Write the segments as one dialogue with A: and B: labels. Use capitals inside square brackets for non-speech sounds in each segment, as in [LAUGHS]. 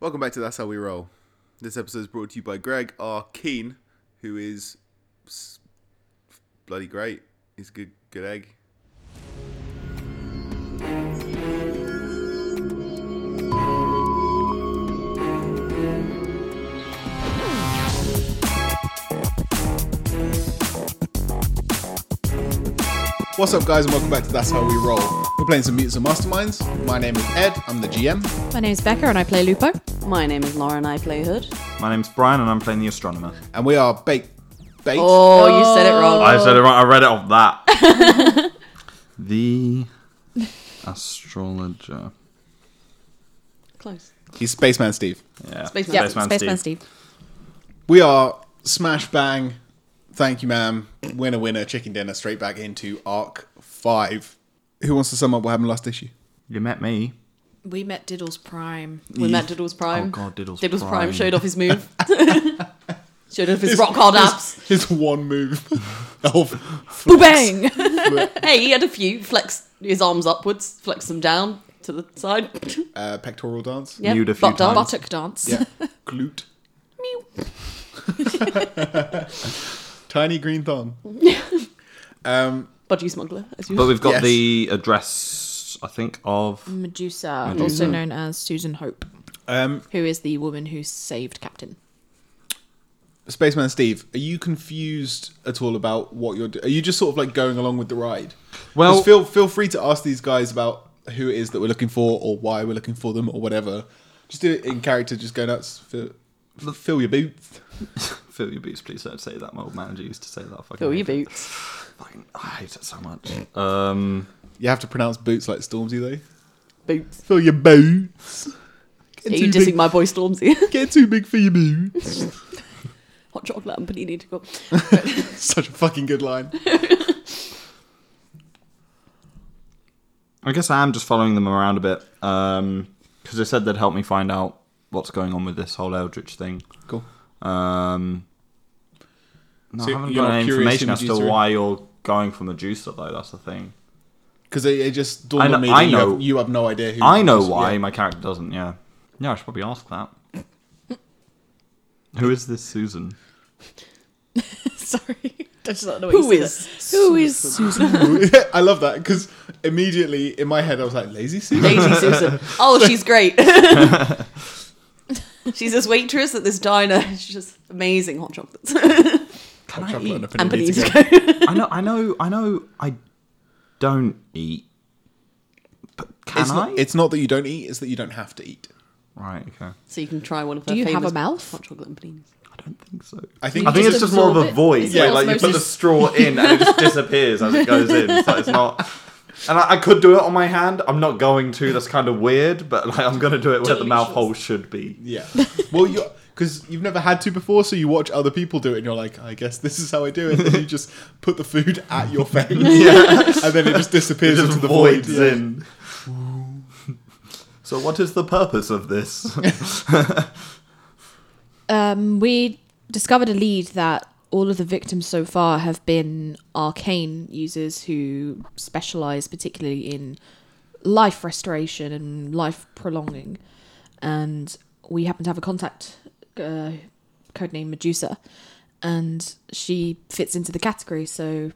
A: Welcome back to That's How We Roll. This episode is brought to you by Greg R. Keen, who is s- bloody great. He's a good, good egg.
B: What's up, guys, and welcome back to That's How We Roll. We're playing some Mutants and Masterminds. My name is Ed, I'm the GM.
C: My name's Becca and I play Lupo.
D: My name is Lauren. I play Hood.
E: My name's Brian, and I'm playing the astronomer.
B: and we are baked. Baked.
D: Oh, you said it wrong.
E: I said it right. I read it off that. the astrologer.
D: Close.
B: He's Spaceman Steve.
E: Yeah.
D: Spaceman.
C: Yeah,
E: Spaceman
C: Spaceman
E: Steve.
C: Steve.
B: We are smash bang, thank you, ma'am, winner, winner, chicken dinner, straight back into arc five. Who wants to sum up what happened last [LAUGHS] issue?
E: You met me.
C: We met Diddles Prime.
D: When
E: Yeah.
D: met Diddles Prime.
E: Oh, God, Diddles
D: Prime.
E: Prime.
D: showed off his
E: [LAUGHS]
D: move. [LAUGHS] showed off his rock hard abs.
B: His one [LAUGHS] move. of
C: [LAUGHS] Boo bang!
D: Hey, he had a few. Flex his arms upwards, flex them down to the side. [LAUGHS]
B: uh, pectoral dance.
D: yeah,
E: Nude a few
D: butt dance.
E: times.
C: Buttock dance.
B: Yeah. Glute. [LAUGHS] Tiny green thumb. um,
D: [LAUGHS] Budgie smuggler, as
E: [LAUGHS] But
D: usual.
E: we've got
B: Yes.
E: the address, I think,
C: Mm. [LAUGHS]
E: of.
C: Medusa,
E: Medusa.
C: also known as Susan Hope,
B: um,
C: who is the woman who saved Captain.
B: Spaceman Steve, are you confused at all about what you're? Do- are you just sort of like going along with the ride?
E: Well-
B: Just feel feel free to ask these guys about who it is that we're looking for or why we're looking for them or whatever. Just do it in character. Just go nuts. Fill, fill your boots.
E: Fill your boots, please. Don't say that. My old manager used to say that. I Fucking
D: Fill your
E: hate it.
D: boots.
E: Fucking, I hate it so much. Um,
B: You have to pronounce boots like Stormzy though.
D: Boots.
B: Fill your boots. Get,
D: Are you
B: too,
D: dissing
B: big,
D: my boy Stormzy? [LAUGHS]
B: get too big for your boots. [LAUGHS]
D: Hot chocolate and panini to go.
B: Such a fucking good line.
E: I guess I am just following them around a bit because they said they'd help me find out what's going on with this whole Eldritch thing.
B: Cool.
E: Um, no,
B: So
E: I haven't
B: you're
E: got
B: not
E: any
B: curious
E: information
B: who
E: as to
B: Medusa is?
E: why you're going for Medusa, though. That's the thing.
B: Because it, it just dawned
E: I know-
B: on me.
E: I
B: that you
E: know-
B: have, you have no idea who.
E: I know
B: yeah.
E: why my character doesn't. Yeah, yeah. I should probably ask that. Who is this Susan?
C: Sorry. I just don't know
D: Who is?
C: Who is Susan?
B: [LAUGHS] I love that because immediately in my head I was like, "Lazy Susan." [LAUGHS]
D: Daisy Susan. Oh, she's great. [LAUGHS] she's this waitress at this diner. [LAUGHS] She's just amazing hot chocolates. [LAUGHS]
E: Can
B: Hot
E: I
B: chocolate and a
D: and
E: eat?
B: panini
D: panini
B: together.
D: to go.
E: I know, I know, I know. I don't eat. But can
B: It's
E: I?
B: not, it's not that you don't eat; it's that you don't have to eat.
E: right. Okay.
D: So you can try one of her
C: Do you have
D: famous
C: a mouth?
D: hot chocolate and paninis.
E: I don't think so.
B: I think
E: I think
C: just
E: it's just more of
C: absorb
E: a
C: it.
E: void.
C: It's
E: Yeah,
C: like
E: like you put the
C: osmosis.
E: straw in and it just disappears as it goes in. So it's not. And I, I could do it on my hand. I'm not going to. That's kind of weird, but like I'm going to do it where the mouth hole should be.
B: yeah. Well, you because you've never had to before, so you watch other people do it, and you're like, "I guess this is how I do it." And you just put the food [LAUGHS] at your
D: [LAUGHS]
B: face, [LAUGHS] and then it just
E: It
B: disappears
E: just
B: into the void.
E: voids
B: Yeah.
E: in. So what is the purpose of this?
C: Um, we discovered a lead that all of the victims so far have been arcane users who specialize particularly in life restoration and life prolonging. And we happen to have a contact, uh, codename Medusa, and she fits into the category. So,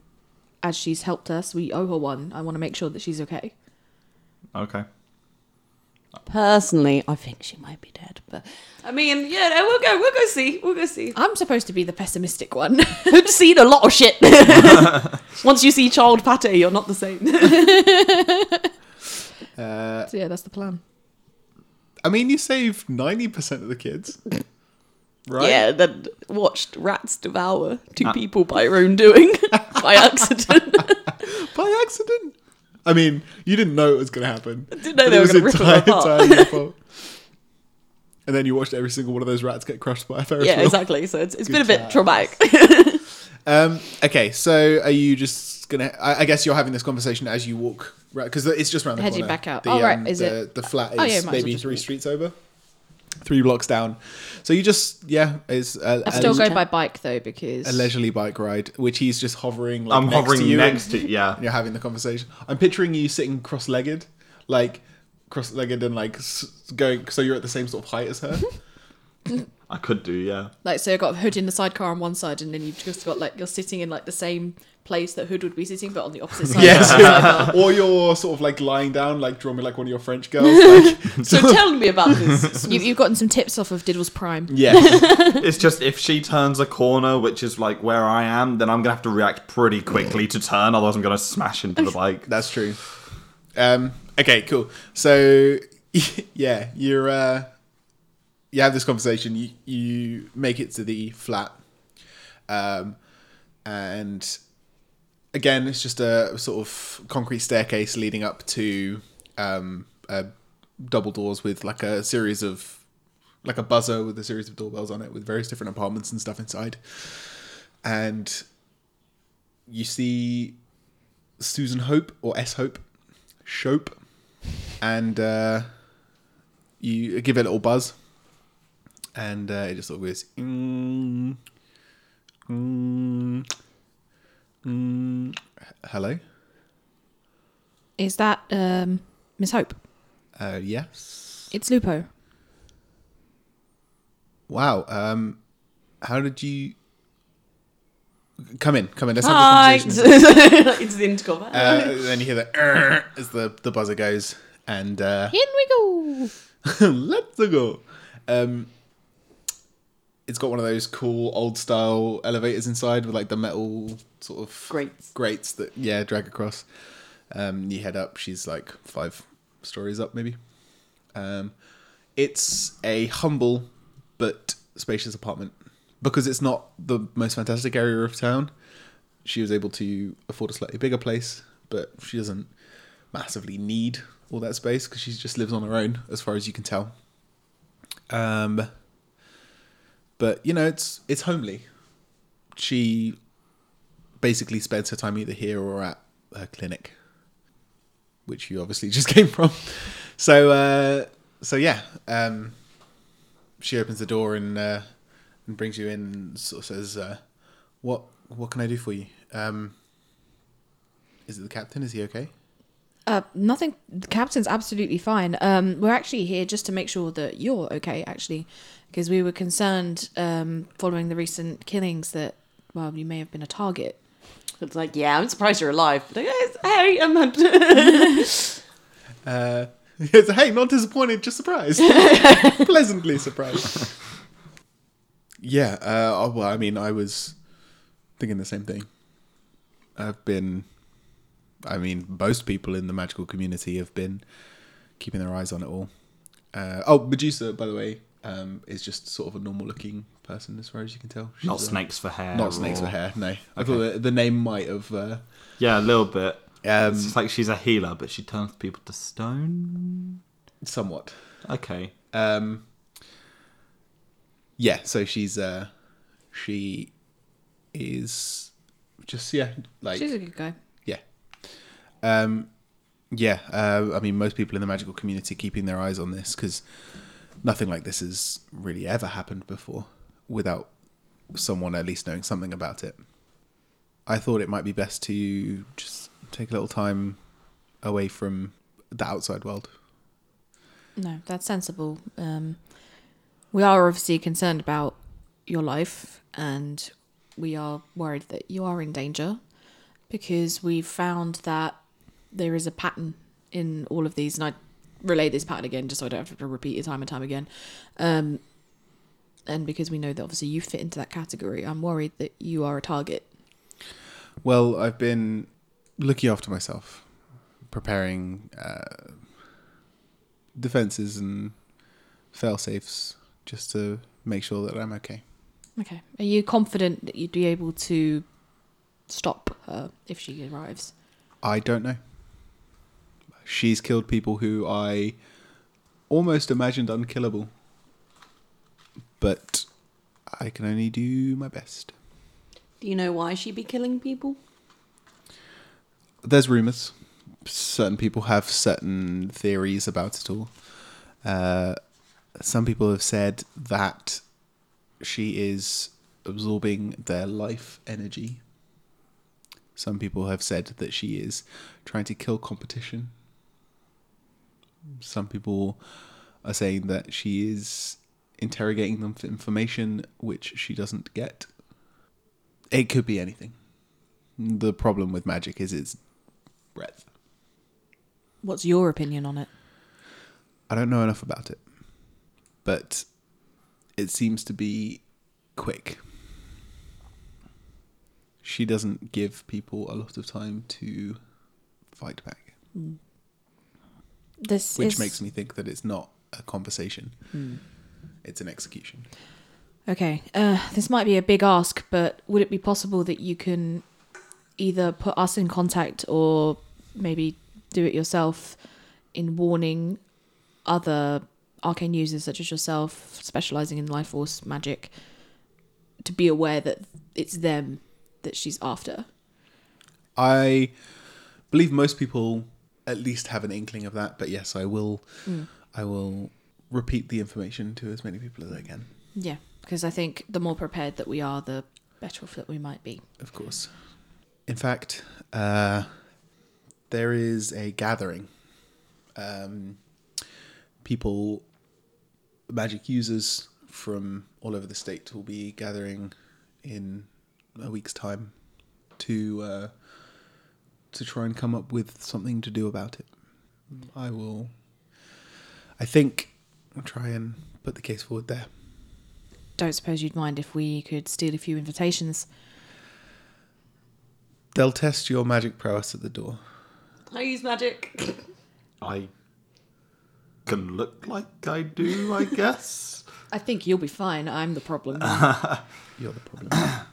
C: as she's helped us, we owe her one. I want to make sure that she's okay.
E: okay.
D: Personally, I think she might be dead, but I mean, yeah, no, we'll go, we'll go see, we'll go [LAUGHS] see.
C: I'm supposed to be the pessimistic one. [LAUGHS]
D: Hood's seen a lot of [LAUGHS] shit. Once you see child pate, you're not the [LAUGHS] same.
B: Uh,
C: so yeah, that's the plan.
B: I mean, you save ninety percent of the kids, right?
D: Yeah, then watched rats devour two people by her own doing [LAUGHS]
B: [LAUGHS]
D: by accident.
B: by accident. I mean, you didn't know it was going to happen.
D: didn't know
B: But
D: they
B: it
D: were
B: was
D: gonna rip them
B: entire-
D: apart.
B: entirely your fault. And then you watched every single one of those rats get crushed by a Ferris
D: yeah,
B: wheel.
D: exactly. So it's, it's been a
B: Good
D: bit traumatic. [LAUGHS]
B: Um, okay, so are you just gonna? I, I guess you're having this conversation as you walk, right? Because it's just around the
C: Heading
B: corner.
C: back out.
B: The,
C: Oh, right,
B: um,
C: is
B: the,
C: it-
B: the flat is
C: Oh, yeah, might as well
B: maybe
C: just
B: three
C: walk.
B: streets over, three blocks down. So you just yeah, it's a,
C: I
B: a-
C: still go
D: leisure-
C: by bike though because
B: a leisurely bike ride, which he's just hovering. Like,
E: I'm
B: next
E: hovering
B: to you
E: next
B: and [LAUGHS]
E: to yeah.
B: You're having the conversation. I'm picturing you sitting cross-legged, like cross-legged and like s- going. So you're at the same sort of height as
E: [LAUGHS]
B: her.
E: I could do, yeah.
C: Like, so you've got Hood in the sidecar on one side, and then you've just got like, you're sitting in like the same place that Hood would be sitting, but on the opposite side. [LAUGHS]
B: Yes. [LAUGHS] or you're sort of like lying down, like drawn me like one of your French girls.
E: [LAUGHS]
B: Like, [LAUGHS]
D: So tell me about this.
C: You, you've gotten some tips off of Diddle's Prime.
B: yeah.
E: It's just if she turns a corner, which is like where I am, then I'm gonna have to react pretty quickly to turn, otherwise I'm gonna smash into the bike.
B: That's true. Um, okay, cool. So [LAUGHS] yeah, you're uh, you have this conversation. You you make it to the flat, um, and again, it's just a sort of concrete staircase leading up to um, uh, double doors with like a series of like a buzzer with a series of doorbells on it with various different apartments and stuff inside, and you see Susan Hope or S Hope, Shope, and uh, you give it a little buzz, and uh, it just sort of goes. Mm, mm, mm. Hello.
C: Is that um, Miss Hope?
B: Uh, yes.
C: It's Lupo.
B: Wow. Um, how did you come in? Come in. Let's have
D: Hi.
B: a conversation.
D: [LAUGHS] it's the intercom.
B: Uh, and then you hear the [LAUGHS] "Err" as the, the buzzer goes, and uh,
C: In we go.
B: [LAUGHS] Let's go. Um, it's got one of those cool old style elevators inside with like the metal sort of
D: Grates.
B: grates that yeah drag across. Um, you head up. She's like five stories up maybe. Um, it's a humble but spacious apartment because it's not the most fantastic area of town. She was able to afford a slightly bigger place, but she doesn't massively need all that space because she just lives on her own, as far as you can tell. Um, but you know, it's it's homely. She basically spends her time either here or at her clinic, which you obviously [LAUGHS] just came from. So uh, so yeah, um, she opens the door and uh, and brings you in and sort of says, uh, "What what can I do for you?" Um, is it the captain? Is he okay?
C: Uh, nothing. The captain's absolutely fine. Um, we're actually here just to make sure that you're okay, actually, because we were concerned um, following the recent killings that, well, you may have been a target.
D: it's like, yeah, I'm surprised you're alive. But, like, "Yes, hey, I'm [LAUGHS]
B: Uh, [LAUGHS] it's, hey, not disappointed, just surprised. Pleasantly surprised. yeah, uh, oh, well, I mean, I was thinking the same thing. I've been, I mean, most people in the magical community have been keeping their eyes on it all. Uh, oh, Medusa, by the way, um, is just sort of a normal looking person as far as you can tell. She's
E: Not
B: a-
E: snakes for hair.
B: Not snakes
E: or-
B: with hair, no. I thought the, the name might have. Uh,
E: Yeah, a little bit.
B: Um,
E: it's just like she's a healer, but she turns people to stone.
B: somewhat.
E: Okay.
B: Um, yeah, so she's uh, she is just yeah, like
C: She's a good guy.
B: yeah, um, yeah. Uh, I mean, most people in the magical community keeping their eyes on this because nothing like this has really ever happened before without someone at least knowing something about it. I thought it might be best to just take a little time away from the outside world.
C: No, that's sensible. Um, we are obviously concerned about your life and we are worried that you are in danger because we've found that there is a pattern in all of these. And I relay this pattern again just so I don't have to repeat it time and time again. Um, and because we know that obviously you fit into that category, I'm worried that you are a target.
B: Well, I've been looking after myself, preparing uh, defenses and fail safes just to make sure that I'm okay.
C: Okay. Are you confident that you'd be able to stop her if she arrives?
B: I don't know. She's killed people who I almost imagined unkillable, but I can only do my best.
D: Do you know why she be killing people?
B: there's rumors. Certain people have certain theories about it all. Uh, some people have said that she is absorbing their life energy. Some people have said that she is trying to kill competition. Some people are saying that she is interrogating them for information which she doesn't get. It could be anything. The problem with magic is its breadth.
C: What's your opinion on it?
B: I don't know enough about it, but it seems to be quick. She doesn't give people a lot of time to fight back,
C: This
B: which
C: is-
B: makes me think that it's not a conversation, it's an execution.
C: Okay, uh, this might be a big ask, but would it be possible that you can either put us in contact or maybe do it yourself in warning other arcane users such as yourself, specializing in life force magic, to be aware that it's them that she's after?
B: I believe most people at least have an inkling of that, but yes, I will. I will repeat the information to as many people as I can.
C: Yeah, because I think the more prepared that we are, the better off that we might be.
B: of course. In fact, uh, there is a gathering. Um, people, magic users from all over the state will be gathering in a week's time to uh, to try and come up with something to do about it. I will. I think I'll try and put the case forward there.
C: Don't suppose you'd mind if we could steal a few invitations?
B: They'll test your magic prowess at the door.
D: I use magic.
E: I can look like I do, I [LAUGHS] guess.
C: I think you'll be fine. I'm
B: [LAUGHS]
C: the problem.
B: You're the [COUGHS] problem.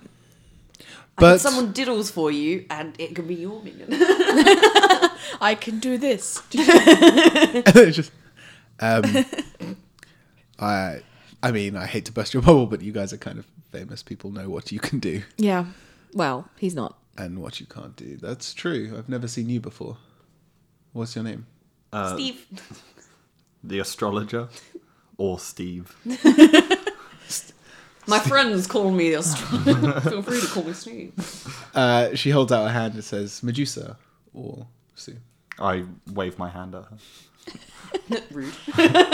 B: but
D: Someone diddles for you, and it can be your minion. [LAUGHS]
C: I can do this.
B: [LAUGHS] It's just, um, I, I mean, I hate to burst your bubble, but you guys are kind of famous. People know what you can do
C: Yeah. Well, he's not.
B: and what you can't do. That's true. I've never seen you before. What's your name?
D: Steve.
E: The astrologer or Steve.
D: My friends call me the astrologer. [LAUGHS] Feel free to call me Steve.
B: Uh, she holds out her hand and says Medusa or Sue.
E: I wave my hand at her.
D: Rude.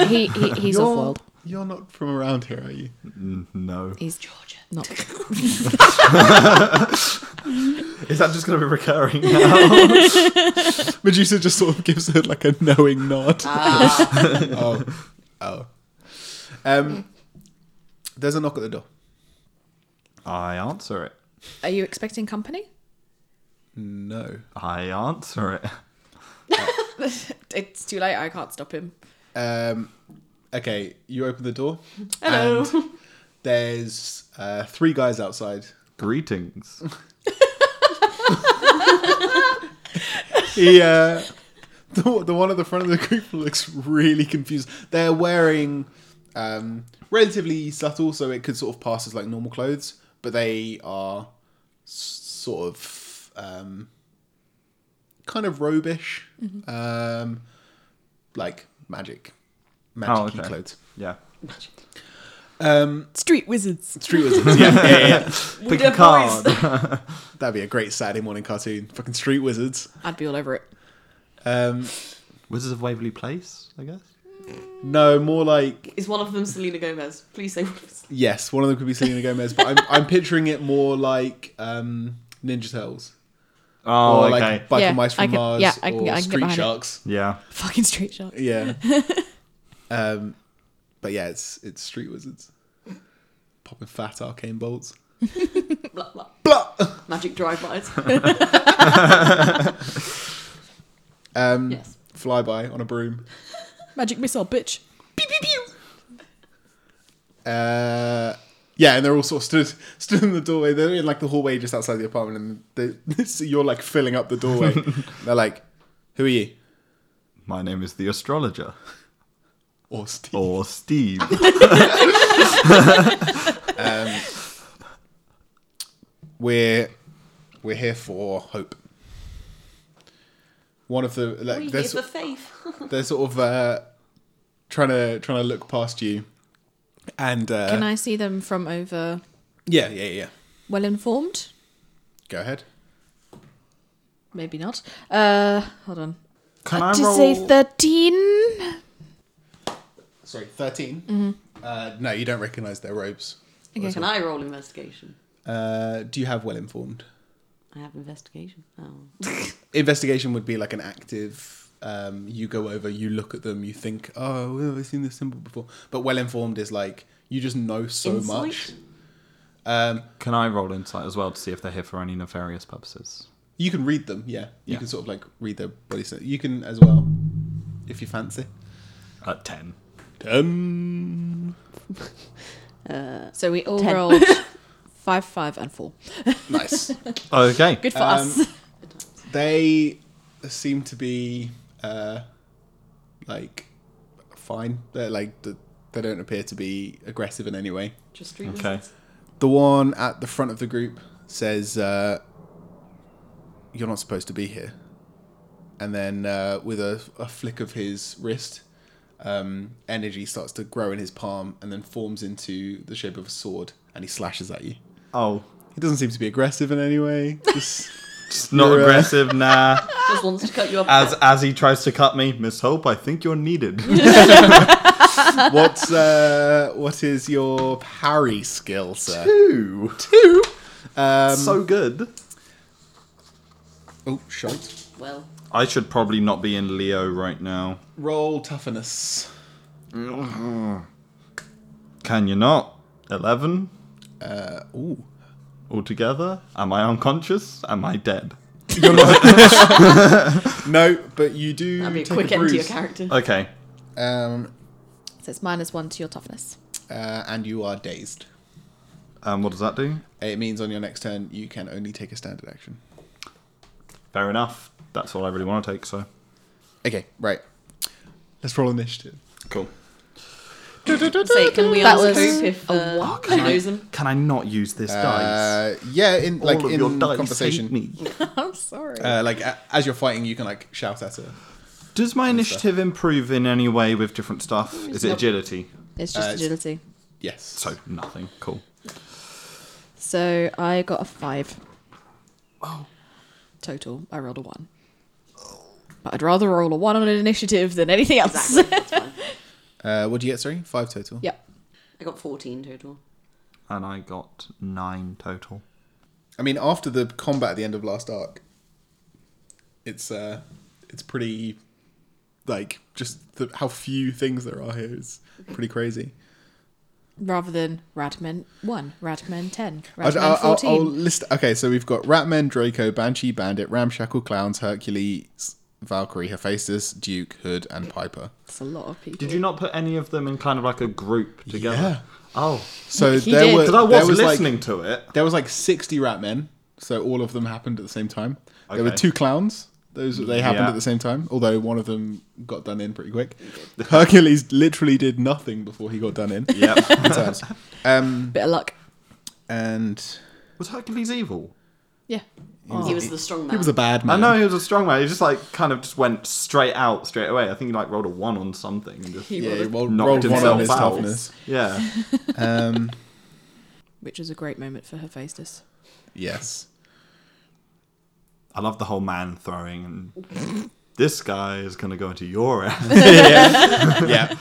C: He, [LAUGHS] he he's
B: You're-
C: off world.
B: You're not from around here, are you?
E: No.
C: He's Georgia. Not.
E: Is that just going to be recurring now?
B: Medusa just sort of gives her like a knowing nod. [LAUGHS] oh, oh. Um, there's a knock at the door.
E: [LAUGHS] I answer it.
C: Are you expecting company?
B: No.
E: I answer it.
C: It's too late. I can't stop him.
B: Um, okay, you open the door. And there's uh, three guys outside.
E: [LAUGHS] Greetings.
B: He, uh, the, the one at the front of the group looks really confused. They're wearing um, relatively subtle, so it could sort of pass as like normal clothes, but they are s- sort of um, kind of robish, um, like magic, magic
E: Oh, okay.
B: clothes.
E: Yeah.
B: Um,
C: Street wizards.
B: street wizards, yeah, yeah, yeah. yeah.
E: Pick a card. [LAUGHS]
B: That'd be a great Saturday morning cartoon. Fucking Street Wizards.
C: I'd be all over it.
B: Um,
E: Wizards of Waverly Place, I guess.
B: no, more like
D: Is one of them Selena Gomez? Please say one of us.
B: yes. One of them could be Selena Gomez, but I'm, I'm picturing it more like um, Ninja Turtles
E: Oh,
B: or
E: okay.
B: like Biker
C: Yeah,
B: Mice
C: I
B: from
C: can-
B: Mars
C: yeah, I can-
B: or
C: I can get
B: Street
C: behind it.
B: Sharks.
E: yeah.
C: Fucking street shark. [LAUGHS]
B: Yeah. um, but yeah, it's it's Street Wizards popping fat arcane bolts.
D: Blah, blah.
B: Blah!
D: Magic drive-bys.
B: [LAUGHS]
D: [LAUGHS]
B: Um,
D: yes.
B: Flyby on a broom.
C: Magic missile, bitch.
B: Uh, yeah, and they're all sort of stood [LAUGHS] stood in the doorway. They're in like the hallway just outside the apartment, and they, [LAUGHS] so you're like filling up the
E: [LAUGHS]
B: doorway. they're like, "Who are you?"
E: My name is the astrologer
B: Or Steve.
E: or [LAUGHS] Steve.
B: We're we're here for hope. One of the like,
D: We
B: they're,
D: give
B: so-
D: the faith.
B: they're sort of uh, trying to trying to look past you, and uh,
C: Can I see them from over?
B: yeah, yeah, yeah.
C: Well informed.
B: Go ahead.
C: Maybe not. Uh, hold on.
E: Can
C: to
E: I roll?
C: say 13?
B: Sorry, 13. Uh, no, you don't recognize their robes.
C: Mm-hmm. Okay.
D: Can I roll investigation?
B: Uh, do you have well informed?
D: I have investigation. Oh.
B: Investigation would be like an active. Um, you go over, you look at them, you think, oh, well, I've seen this symbol before. But well informed is like you just know so
D: Insight?
B: much. Um,
E: Can I roll insight as well to see if they're here for any nefarious purposes?
B: you can read them, yeah. You
E: Yeah.
B: can sort of like read their body. sen- You can as well, if you fancy.
E: At ten.
B: Um,
C: So we all
D: Ten.
C: [LAUGHS] rolled 5, 5, and 4.
B: nice.
E: Okay.
C: Good for
B: Um,
C: us. [LAUGHS]
B: they seem to be uh like fine they're like th- they don't appear to be aggressive in any way
D: Just stream
E: Okay.
B: the one at the front of the group says uh you're not supposed to be here and then uh with a, a flick of his wrist um energy starts to grow in his palm and then forms into the shape of a sword and he slashes at you
E: Oh,
B: he doesn't seem to be aggressive in any way just
D: [LAUGHS]
E: just not
B: You're, uh,
E: aggressive. Nah. [LAUGHS]
D: Just wants to cut you up.
B: Ah.
E: As as he tries to cut me, Miss Hope, I think you're needed.
B: What's uh, what is your parry skill, sir?
E: [LAUGHS] Two.
B: Two. Um,
E: so good.
B: oh, shite.
D: well,
E: I should probably not be in Leo right now.
B: Roll toughness.
E: Can you not? Eleven
B: Uh, ooh.
E: altogether. Am I unconscious? Am I dead?
B: No, but you do.
D: that'd be a
B: take
D: quick end to your
B: bruise.
D: character.
E: Okay.
B: Um,
C: So it's minus 1 to your toughness.
B: uh, and you are dazed.
E: Um, what does that do?
B: It means on your next turn you can only take a standard action.
E: Fair enough. That's all I really want to take. So.
B: Okay, right. Let's roll initiative.
E: Cool.
D: Say, can we
C: That was
D: ask Hope if uh, she knows
C: [LAUGHS]
D: him?
E: Can I not use this dice?
B: Uh, yeah, in like
E: all of
B: in
E: your dice
B: conversation,
E: hate me.
C: [LAUGHS] I'm sorry.
B: Uh, like a- as you're fighting, you can like shout at her.
E: Does my initiative improve in any way with different stuff? Is it agility?
C: it's just
B: uh, it's-
C: agility.
B: Yes.
E: So nothing. Cool.
C: So I got a 5. Total. I rolled a 1. But I'd rather roll a 1 on an initiative than anything else.
B: uh, what do you get? Sorry, five total.
C: [LAUGHS] yep.
D: I got 14 total.
E: And I got nine total.
B: I mean, after the combat at the end of last arc, it's uh, it's pretty like just the, how few things there are here is pretty crazy.
C: Rather than Radman 1, Radman 10,
B: I'll,
C: Radman
B: I'll, I'll,
C: 14.
B: I'll list. Okay, so we've got Ratman, Draco, Banshee, Bandit, Ramshackle, Clowns, Hercules, Valkyrie, Hephaestus, Duke, Hood, and Piper.
C: That's a lot of people.
E: Did you not put any of them in kind of like a group together?
B: Yeah.
E: Oh,
B: So
C: He
B: there
C: did.
B: were
E: because I
B: there
E: was,
B: was
E: listening
B: Like,
E: to it.
B: there was like sixty Ratmen, so all of them happened at the same time. There were
E: Okay.
B: two clowns. Those they happened
E: Yeah.
B: at the same time, although one of them got done in pretty quick. Hercules literally did nothing before he got done [LAUGHS] in.
E: Yeah. [LAUGHS]
B: At times. Um,
C: Bit of luck.
B: and
E: was Hercules evil?
C: Yeah.
D: Oh. He was the strong man.
B: he was a bad man.
E: I know he was a strong man. He just like kind of just went straight out straight away. I think he like rolled a one on something and just
B: Yeah, he
D: would've
B: rolled,
E: knocked
B: rolled one on
E: himself
B: his
E: out.
B: toughness.
E: Yeah.
B: Um,
C: Which was a great moment for Hephaestus.
B: yes.
E: I love the whole man throwing and this guy is gonna go into
B: [LAUGHS]
E: your ass.
B: yeah. yeah.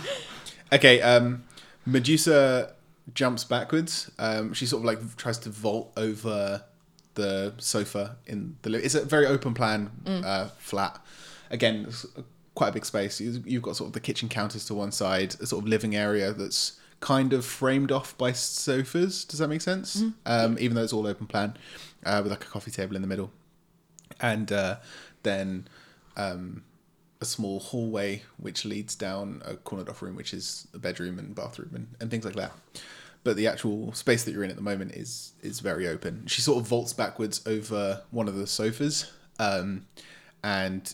B: Okay. Um, Medusa jumps backwards. Um, she sort of like tries to vault over the sofa in the. Li- it's a very open plan uh, flat. Again, it's quite a big space. You- You've got sort of the kitchen counters to one side, a sort of living area that's kind of framed off by sofas. Does that make sense? Um, even though it's all open plan, uh, with like a coffee table in the middle and uh, then um, a small hallway which leads down a cornered off room, which is a bedroom and bathroom and, and things like that. But the actual space that you're in at the moment is is very open. She sort of vaults backwards over one of the sofas, um, and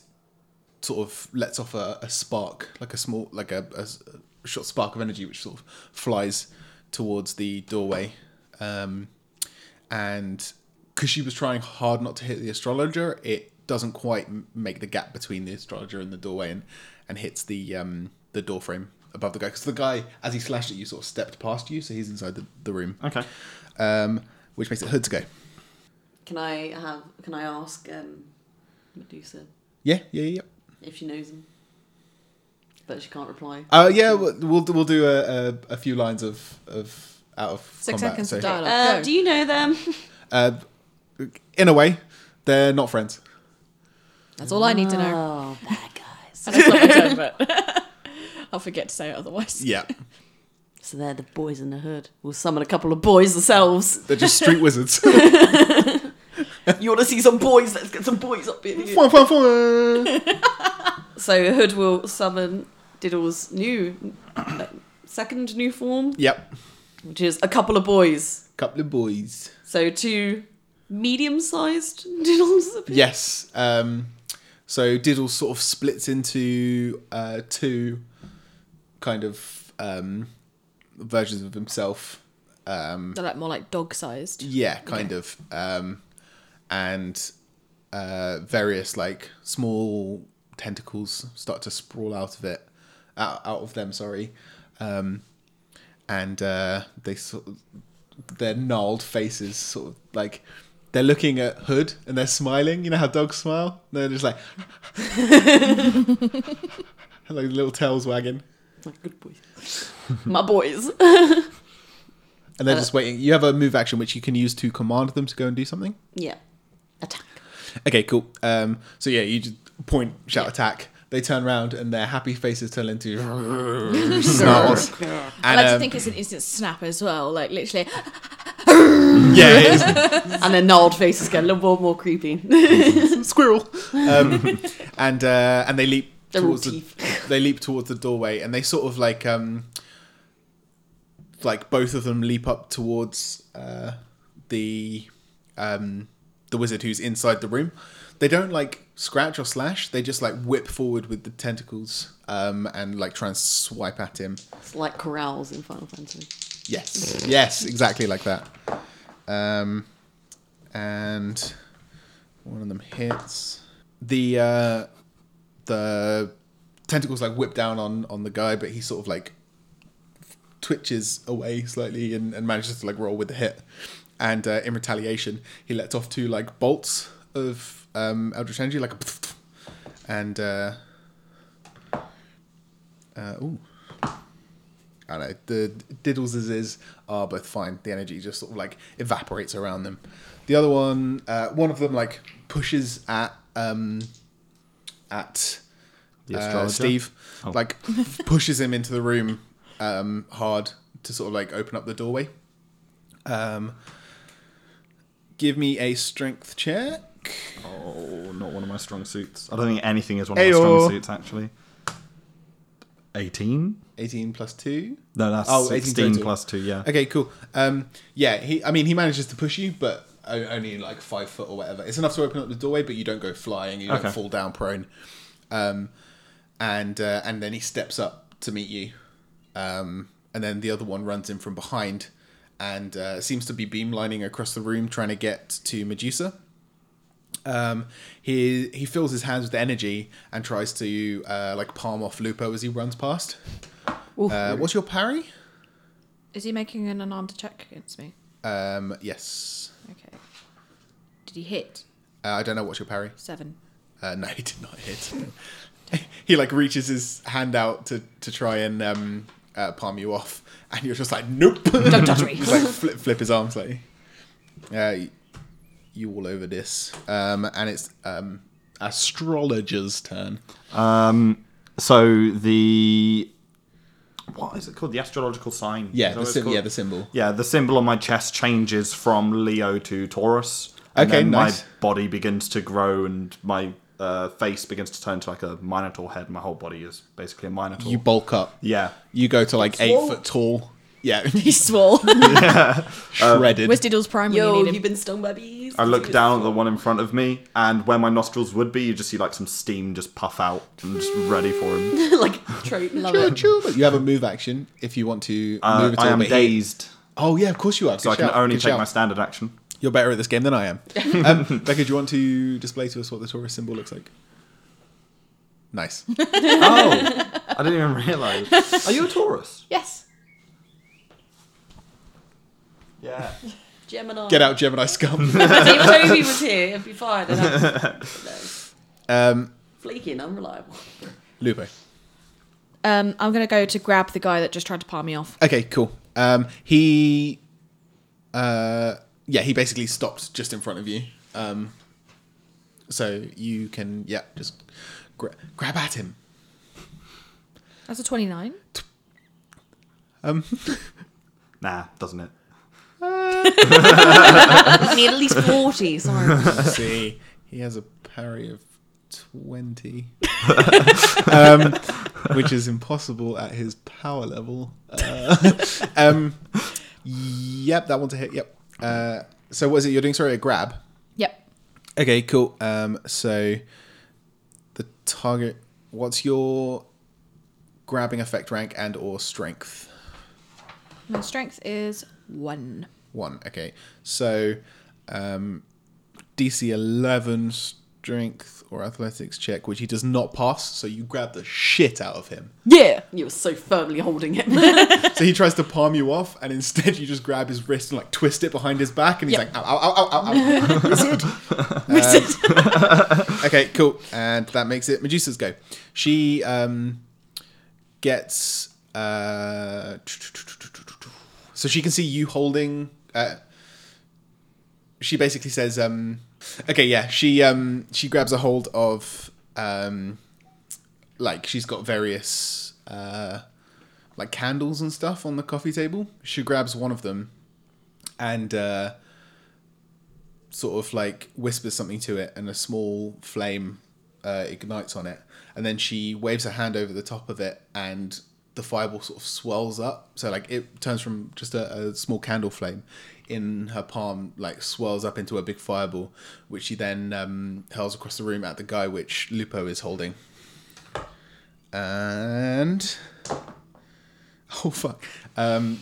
B: sort of lets off a, a spark, like a small, like a, a s- a short spark of energy, which sort of flies towards the doorway. Um, and because she was trying hard not to hit the astrologer, it doesn't quite m- make the gap between the astrologer and the doorway, and, and hits the um, the door frame above the guy. Because the guy, as he slashed at you, sort of stepped past you, so he's inside the, the room,
E: okay.
B: um, which makes it hood to go.
D: Can I have? Can I ask um, Medusa?
B: Yeah, yeah, yeah. yeah.
D: if she knows him. But she can't reply.
B: Uh, yeah, we'll we'll, we'll do a, a, a few lines of, of out of
C: Six
B: combat,
C: seconds
B: so-
C: of dialogue.
D: Uh,
C: go.
D: do you know them?
B: Uh, in a way, they're not friends.
C: That's all I need to know.
D: [LAUGHS] Oh, bad guys.
C: That's not my turn, but I'll forget to say it otherwise.
B: Yeah,
D: So they're the boys in the hood. We'll summon a couple of boys ourselves.
B: [LAUGHS] they're just
C: [LAUGHS]
B: street wizards.
D: You want to see some boys? Let's get some boys up here.
B: Fwah, fwah, fwah.
D: So Hood will summon Diddle's new uh, second new form,
B: yep,
D: which is a couple of boys.
B: couple of boys.
D: So two medium-sized Diddles. appear.
B: Yes. Um, so Diddle sort of splits into uh, two kind of um, versions of himself. Um,
C: They're like more like dog sized.
B: yeah, kind of. Um, and uh, various like small tentacles start to sprawl out of it, out, out of them. Sorry. Um, and uh, they sort of, their gnarled faces sort of like they're looking at Hood and they're smiling. You know how dogs smile? They're just like [LAUGHS] like little tails wagging.
D: My good boys. [LAUGHS] My boys.
B: And they're
D: Uh,
B: just waiting. You have a move action which you can use to command them to go and do something.
D: yeah. Attack.
B: Okay, cool. Um, so yeah, you just point, shout, attack. They turn round and their happy faces turn into snarls.
C: I
B: And,
C: like to
B: um,
C: think it's an instant snap as well. Like literally,
B: um, yeah, it
D: [LAUGHS] And their gnarled faces get a little more, more [LAUGHS] creepy.
B: is. squirrel. Um, and uh, and they leap
D: They're all
B: towards the, [LAUGHS]
D: teeth.
B: they leap towards the doorway and they sort of like um, like both of them leap up towards uh, the um, the wizard who's inside the room. They don't like scratch or slash. They just like whip forward with the tentacles um, and like try and swipe at him.
D: It's like corrals in Final Fantasy.
B: Yes. Yes, exactly like that. Um, and one of them hits the uh, the tentacles like whip down on on the guy, but he sort of like twitches away slightly and, and manages to like roll with the hit. And uh, in retaliation, he lets off two like bolts of um, Eldritch Energy, like a and uh, uh, ooh. I don't know the diddles is are both fine. The energy just sort of like evaporates around them. The other one, uh, one of them like pushes at um, at
E: The
B: uh,
E: astrologer?
B: Steve,
E: Oh.
B: like [LAUGHS] pushes him into the room um, hard to sort of like open up the doorway. Um, give me a strength check.
E: Oh, not one of my strong suits. I don't think anything is one
B: Ayo.
E: of my strong suits, actually. 18?
B: Eighteen plus two.
E: No, that's
B: Oh, 18
E: 16
B: total.
E: plus 2, yeah.
B: Okay, cool. Um, yeah, he. I mean, he manages to push you, but o- only like five foot or whatever. It's enough to open up the doorway, but you don't go flying. You
E: Okay.
B: don't fall down prone. Um, and uh, and then he steps up to meet you. Um, and then the other one runs in from behind, and uh, seems to be beamlining across the room, trying to get to Medusa. Um, he he fills his hands with energy and tries to uh, like palm off Lupo as he runs past. Uh, what's your parry?
C: is he making an unarmed check against me?
B: Um, yes.
C: Okay. Did he hit
B: Uh, I don't know what's your parry.
C: [COUGHS] seven?
B: Uh, no, [LAUGHS] he did not hit. he like reaches his hand out to to try and um, uh, palm you off, and you're just like, nope.
C: Don't
B: [LAUGHS]
C: touch me.
B: Just, like flip flip his arms like, uh, you all over this. Um, and it's um, astrologer's turn.
E: Um, so the. What is it called? The astrological sign?
B: Yeah,
E: Is that
B: the
E: what it's
B: sim-
E: called?
B: yeah, the symbol.
E: Yeah, the symbol on my chest changes from Leo to Taurus. And
B: Okay,
E: then
B: nice.
E: my body begins to grow and my uh, face begins to turn to like a minotaur head. My whole body is basically a minotaur.
B: You bulk up.
E: yeah.
B: You go to like eight
D: Swole.
B: foot tall. Yeah, [LAUGHS]
C: He [LAUGHS] swole.
B: shredded.
C: Where's Diddle's prime when
D: Yo,
C: you need
D: you've
C: him?
D: been stung by bees.
E: I look down at the one in front of me, and where my nostrils would be, you just see like some steam just puff out. I'm just ready for
D: [LAUGHS]
E: him.
D: like trope. Love
B: Choo,
D: it.
B: choo. you have a move action if you want to
E: Uh,
B: move at all.
E: I am
B: but he-
E: dazed,
B: Oh yeah, of course you are.
E: so I can only take
B: my
E: my standard action.
B: You're better at this game than I am. Um, Becca, do you want to display to us what the Taurus symbol looks like? Nice.
E: [LAUGHS] Oh, I didn't even [LAUGHS] realize. Are you a Taurus?
D: Yes.
E: Yeah.
D: Gemini.
B: Get out, Gemini scum.
D: If Toby was here, it'd be fine. And I-
B: Um,
D: flaky and unreliable.
B: Lupo.
C: Um, I'm gonna go to grab the guy that just tried to palm me off.
B: Okay, cool. Um, he, uh, yeah, he basically stopped just in front of you. Um, so you can, yeah, just gra- grab at him.
C: That's a 29.
E: Nah, doesn't it?
D: I need at least 40, sorry.
B: Let's see, he has a parry of [LAUGHS] twenty, um, which is impossible at his power level. Uh, [LAUGHS] um, yep, that one's a hit. Yep. Uh, so what is it you're doing? Sorry, a grab.
C: Yep.
B: Okay, cool. Um, so the target. What's your grabbing effect rank and or strength?
C: My strength is one.
B: One. Okay, so um, DC eleven strength or athletics check, which he does not pass. So you grab the shit out of him.
C: Yeah.
D: You were so firmly
B: [LAUGHS]
D: holding him.
B: so he tries to palm you off, and instead you just grab his wrist and like twist it behind his back, and he's
C: Yep.
B: like, ow, ow, ow, ow, ow, ow.
C: Wizard. Uh, [LAUGHS]
B: [LAUGHS]
C: Wizard.
B: okay, cool. And that makes it Medusa's go. She um, gets. Uh, so she can see you holding. Uh, she basically says, um, "Okay, yeah." She um, she grabs a hold of um, like she's got various uh, like candles and stuff on the coffee table. She grabs one of them and uh, sort of like whispers something to it, and a small flame uh, ignites on it. And then she waves her hand over the top of it, and the fireball sort of swells up. So like it turns from just a, a small candle flame in her palm, like swells up into a big fireball, which she then um, hurls across the room at the guy which Lupo is holding. And oh fuck, um,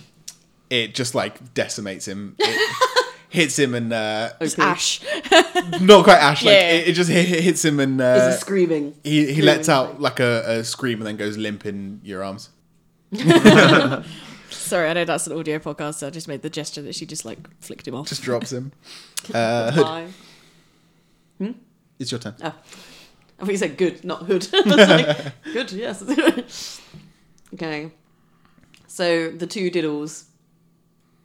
B: it just like decimates him. It hits him and uh,
C: Just Ash.
B: not quite ash. Like
C: Yeah.
B: it, it just hit, it hits him and uh,
D: Is he screaming?
B: he he
D: Screaming
B: lets out like a, a scream and then goes limp in your arms.
C: Sorry, I know that's an audio podcast, so I just made the gesture that she just like flicked him off.
B: Just drops
D: [LAUGHS]
B: him. uh,
D: Bye.
B: It's your turn.
D: Oh. I thought you said good, not hood. [LAUGHS] I was like, good, yes. [LAUGHS] okay. So the two diddles,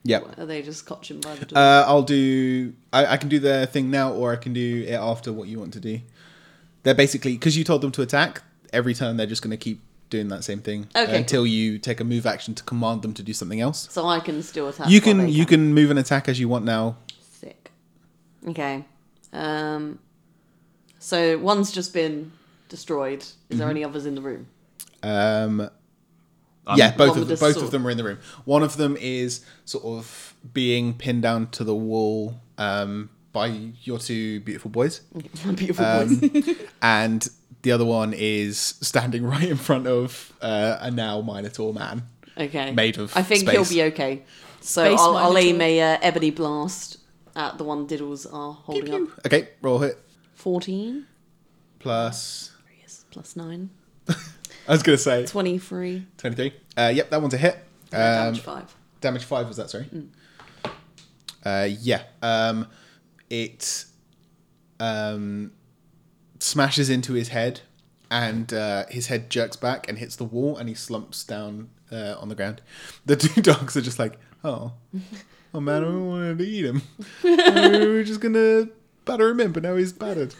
B: Yeah.
D: are they just clutching by the door?
B: Uh, I'll do. I, I can do their thing now, or I can do it after what you want to do. They're basically because you told them to attack. Every turn, they're just going to keep doing that same thing
D: Okay,
B: until you take a move action to command them to do something else.
D: so I can still attack.
B: you
D: while
B: can
D: they
B: you can move an attack as you want now.
D: Sick. Okay. Um, so one's just been destroyed. Is
B: Mm-hmm.
D: there any others in the room? [LAUGHS]
B: Um,
E: I'm-
B: yeah, both
D: one
B: of them, both
D: with the
B: of
D: sword.
B: them are in the room. One of them is sort of being pinned down to the wall um, by your two beautiful boys,
D: Beautiful
B: Um,
D: voice.
B: and the other one is standing [LAUGHS] right in front of uh, a now minotaur man.
D: Okay.
B: made of
D: I think
B: space.
D: he'll be okay. So
C: Space
D: I'll, I'll aim
C: minotaur.
D: a uh, ebony blast at the one diddles are holding up.
B: Okay, roll hit
D: 14
B: plus.
D: yes, plus 9.
B: I was gonna say
D: 23.
B: twenty three. Uh, yep, that one's a hit. Um, [LAUGHS]
D: damage 5.
B: damage five was that? Sorry.
D: Mm.
B: Uh, yeah. Um, it um, smashes into his head, and uh, his head jerks back and hits the wall, and he slumps down uh, on the ground. The [LAUGHS] two dogs are just like,
D: [LAUGHS]
B: "Oh, oh man, I wanted to eat him. we were just gonna batter him in, but now he's
D: [LAUGHS]
B: battered."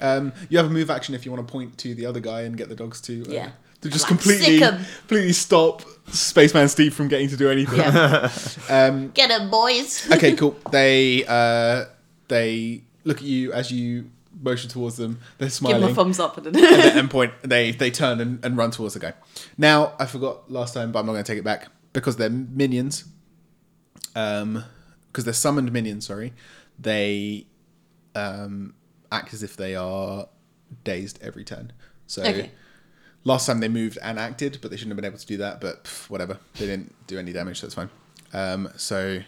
B: um, you have a move action if you want to point to the other guy and get the dogs to uh,
D: Yeah.
B: to just
D: Like,
B: completely
D: sick 'em.
B: completely stop Spaceman Steve from getting to do anything
D: Yeah.
B: um,
D: Get him, boys.
B: [LAUGHS] okay, cool. They uh, they look at you as you motion towards them. They're
D: Give
B: smiling.
D: him a thumbs up. [LAUGHS] And
B: and
D: then
B: at end point, they they turn and, and run towards the guy. Now I forgot last time, but I'm not going to take it back because they're minions. Um, because they're summoned minions. Sorry, they um act as if they are dazed every turn. So.
D: Okay.
B: Last time they moved and acted, but they shouldn't have been able to do that. But pff, whatever, they didn't do any damage, so it's fine. Um, so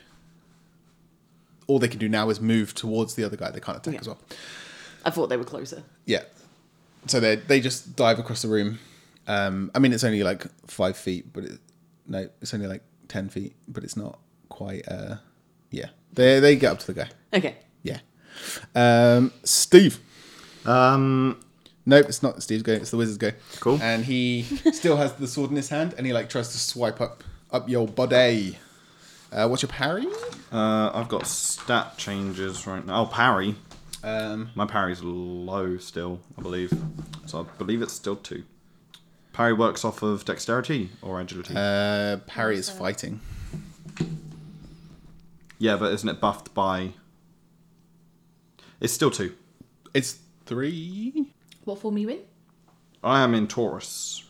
B: all they can do now is move towards the other guy. They can't attack
D: Yeah.
B: as well.
D: I thought they were closer.
B: Yeah. So they they just dive across the room. Um, I mean, it's only like five feet, but it, no, it's only like ten feet, but it's not quite. Uh, yeah, they they get up to the guy.
D: Okay.
B: Yeah. Um, Steve.
E: Um,
B: Nope, it's not Steve's go. It's the wizard's go.
E: Cool.
B: And he still has the sword in his hand, and he like tries to swipe up up your body. Uh, what's your parry?
E: Uh, I've got stat changes right now. Oh, parry.
B: Um,
E: My parry's low still, I believe. So I believe it's still two. Parry works off of dexterity or agility.
B: uh, parry is fighting.
E: yeah, but isn't it buffed by. It's still two.
B: It's three.
C: What form are you in?
E: I am in Taurus.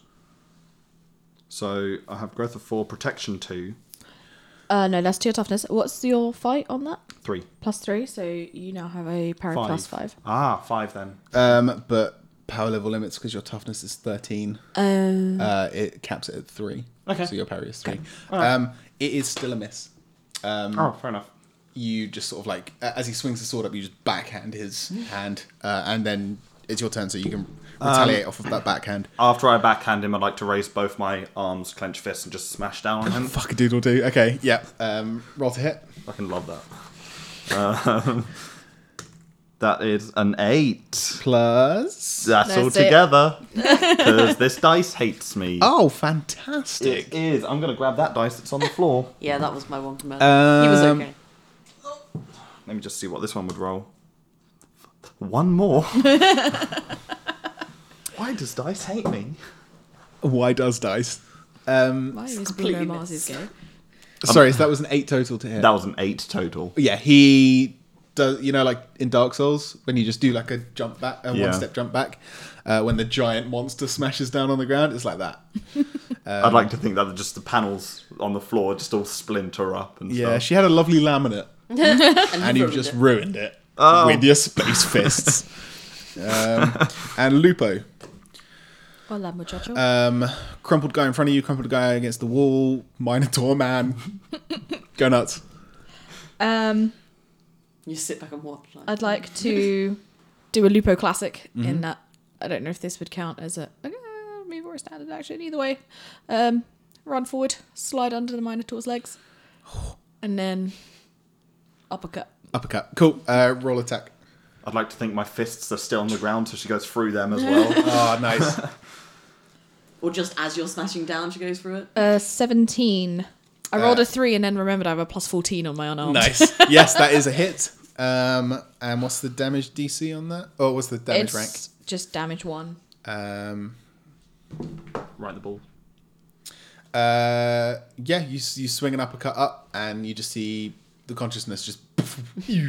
E: So I have growth of four, protection two,
C: Uh, no, that's two toughness. What's your fight on that?
E: three.
C: Plus three, so you now have a parry plus five.
E: Ah, five then.
B: Um, but power level limits because your toughness is thirteen.
C: Um,
B: Uh, it caps it at three.
E: Okay.
B: So your parry is three.
E: Alright.
B: Um, it is still a miss.
E: oh, fair enough.
B: you just sort of like a- as he swings the sword up, you just backhand his hand, uh, and then it's your turn, so you can retaliate off of that backhand.
E: After I backhand him, I'd like to raise both my arms, clench fists, and just smash down on
B: [LAUGHS]
E: him.
B: Fuck a doodle do. Okay, yeah. Um, roll to hit.
E: Fucking love that. Um, [LAUGHS] that is an eight.
B: Plus.
E: That's
C: That's
E: all
C: it.
E: together.
C: [LAUGHS]
E: Because this dice hates me.
B: Oh, fantastic!
E: It is. I'm going to grab that dice that's on the floor.
D: Yeah, that was my one from earlier.
B: Um,
D: he was okay.
E: Let me just see what this one would roll. One [LAUGHS] more. Why does dice hate me?
B: Why does dice? Um,
C: Why is Bruno
D: completely
C: Mars is
D: missed.
C: gay?
B: sorry, so that was an eight total to hit.
E: That was an eight total.
B: yeah, he does. You know, like in Dark Souls, when you just do like a jump back, a
E: Yeah.
B: one step jump back, uh, when the giant monster smashes down on the ground, it's like that.
E: I'd like to think that just the panels on the floor just all splinter up and
B: Yeah,
E: stuff.
B: she had a lovely laminate. [LAUGHS] and you've
D: ruined
B: just
D: it.
B: ruined it with your space [LAUGHS] fists. um, and Lupo,
C: Hola, muchacho.
B: um, crumpled guy in front of you, crumpled guy against the wall, [LAUGHS] Minotaur man, go nuts.
C: um,
D: You sit back and watch. Like,
C: I'd like to do a Lupo classic
B: Mm-hmm.
C: in that. I don't know if this would count as a uh, move or a standard action. Either way, um, run forward, slide under the Minotaur's legs, and then uppercut.
B: Uppercut, cool. Uh, roll attack.
E: I'd like to think my fists are still on the ground, so she goes through them as well. [LAUGHS]
B: Ah, nice.
D: or just as you're smashing down, she goes through it.
C: Uh, Seventeen. I rolled
B: Uh,
C: a three and then remembered I have a plus fourteen on my
B: [LAUGHS]
C: unarmed. [LAUGHS]
B: nice. Yes, that is a hit. Um, and what's the damage DC on that? Oh, what's the damage
C: It's
B: rank?
C: just damage one.
B: Um,
E: right the ball.
B: Uh, yeah, you s- you swing an uppercut up, and you just see the consciousness just. [LAUGHS]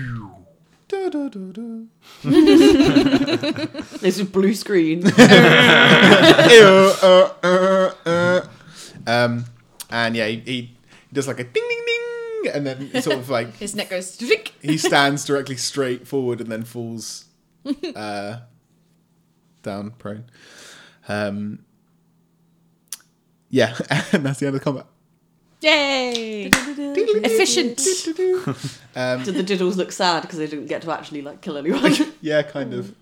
B: Da, da, da, da.
D: It's a blue
B: [LAUGHS]
D: screen. [LAUGHS]
B: Ew, uh, uh, uh. Um, and yeah, he, he does like a ding ding ding, and then he sort of like
C: His neck goes. Zwick.
B: he stands directly straight forward and then falls uh, down prone. Um, yeah, [LAUGHS] and that's the end of the combat.
C: Yay! Efficient.
D: [LAUGHS]
B: Um,
D: Did the diddles look sad because they didn't get to actually like kill
B: [LAUGHS]
D: anyone?
B: Yeah, kind of.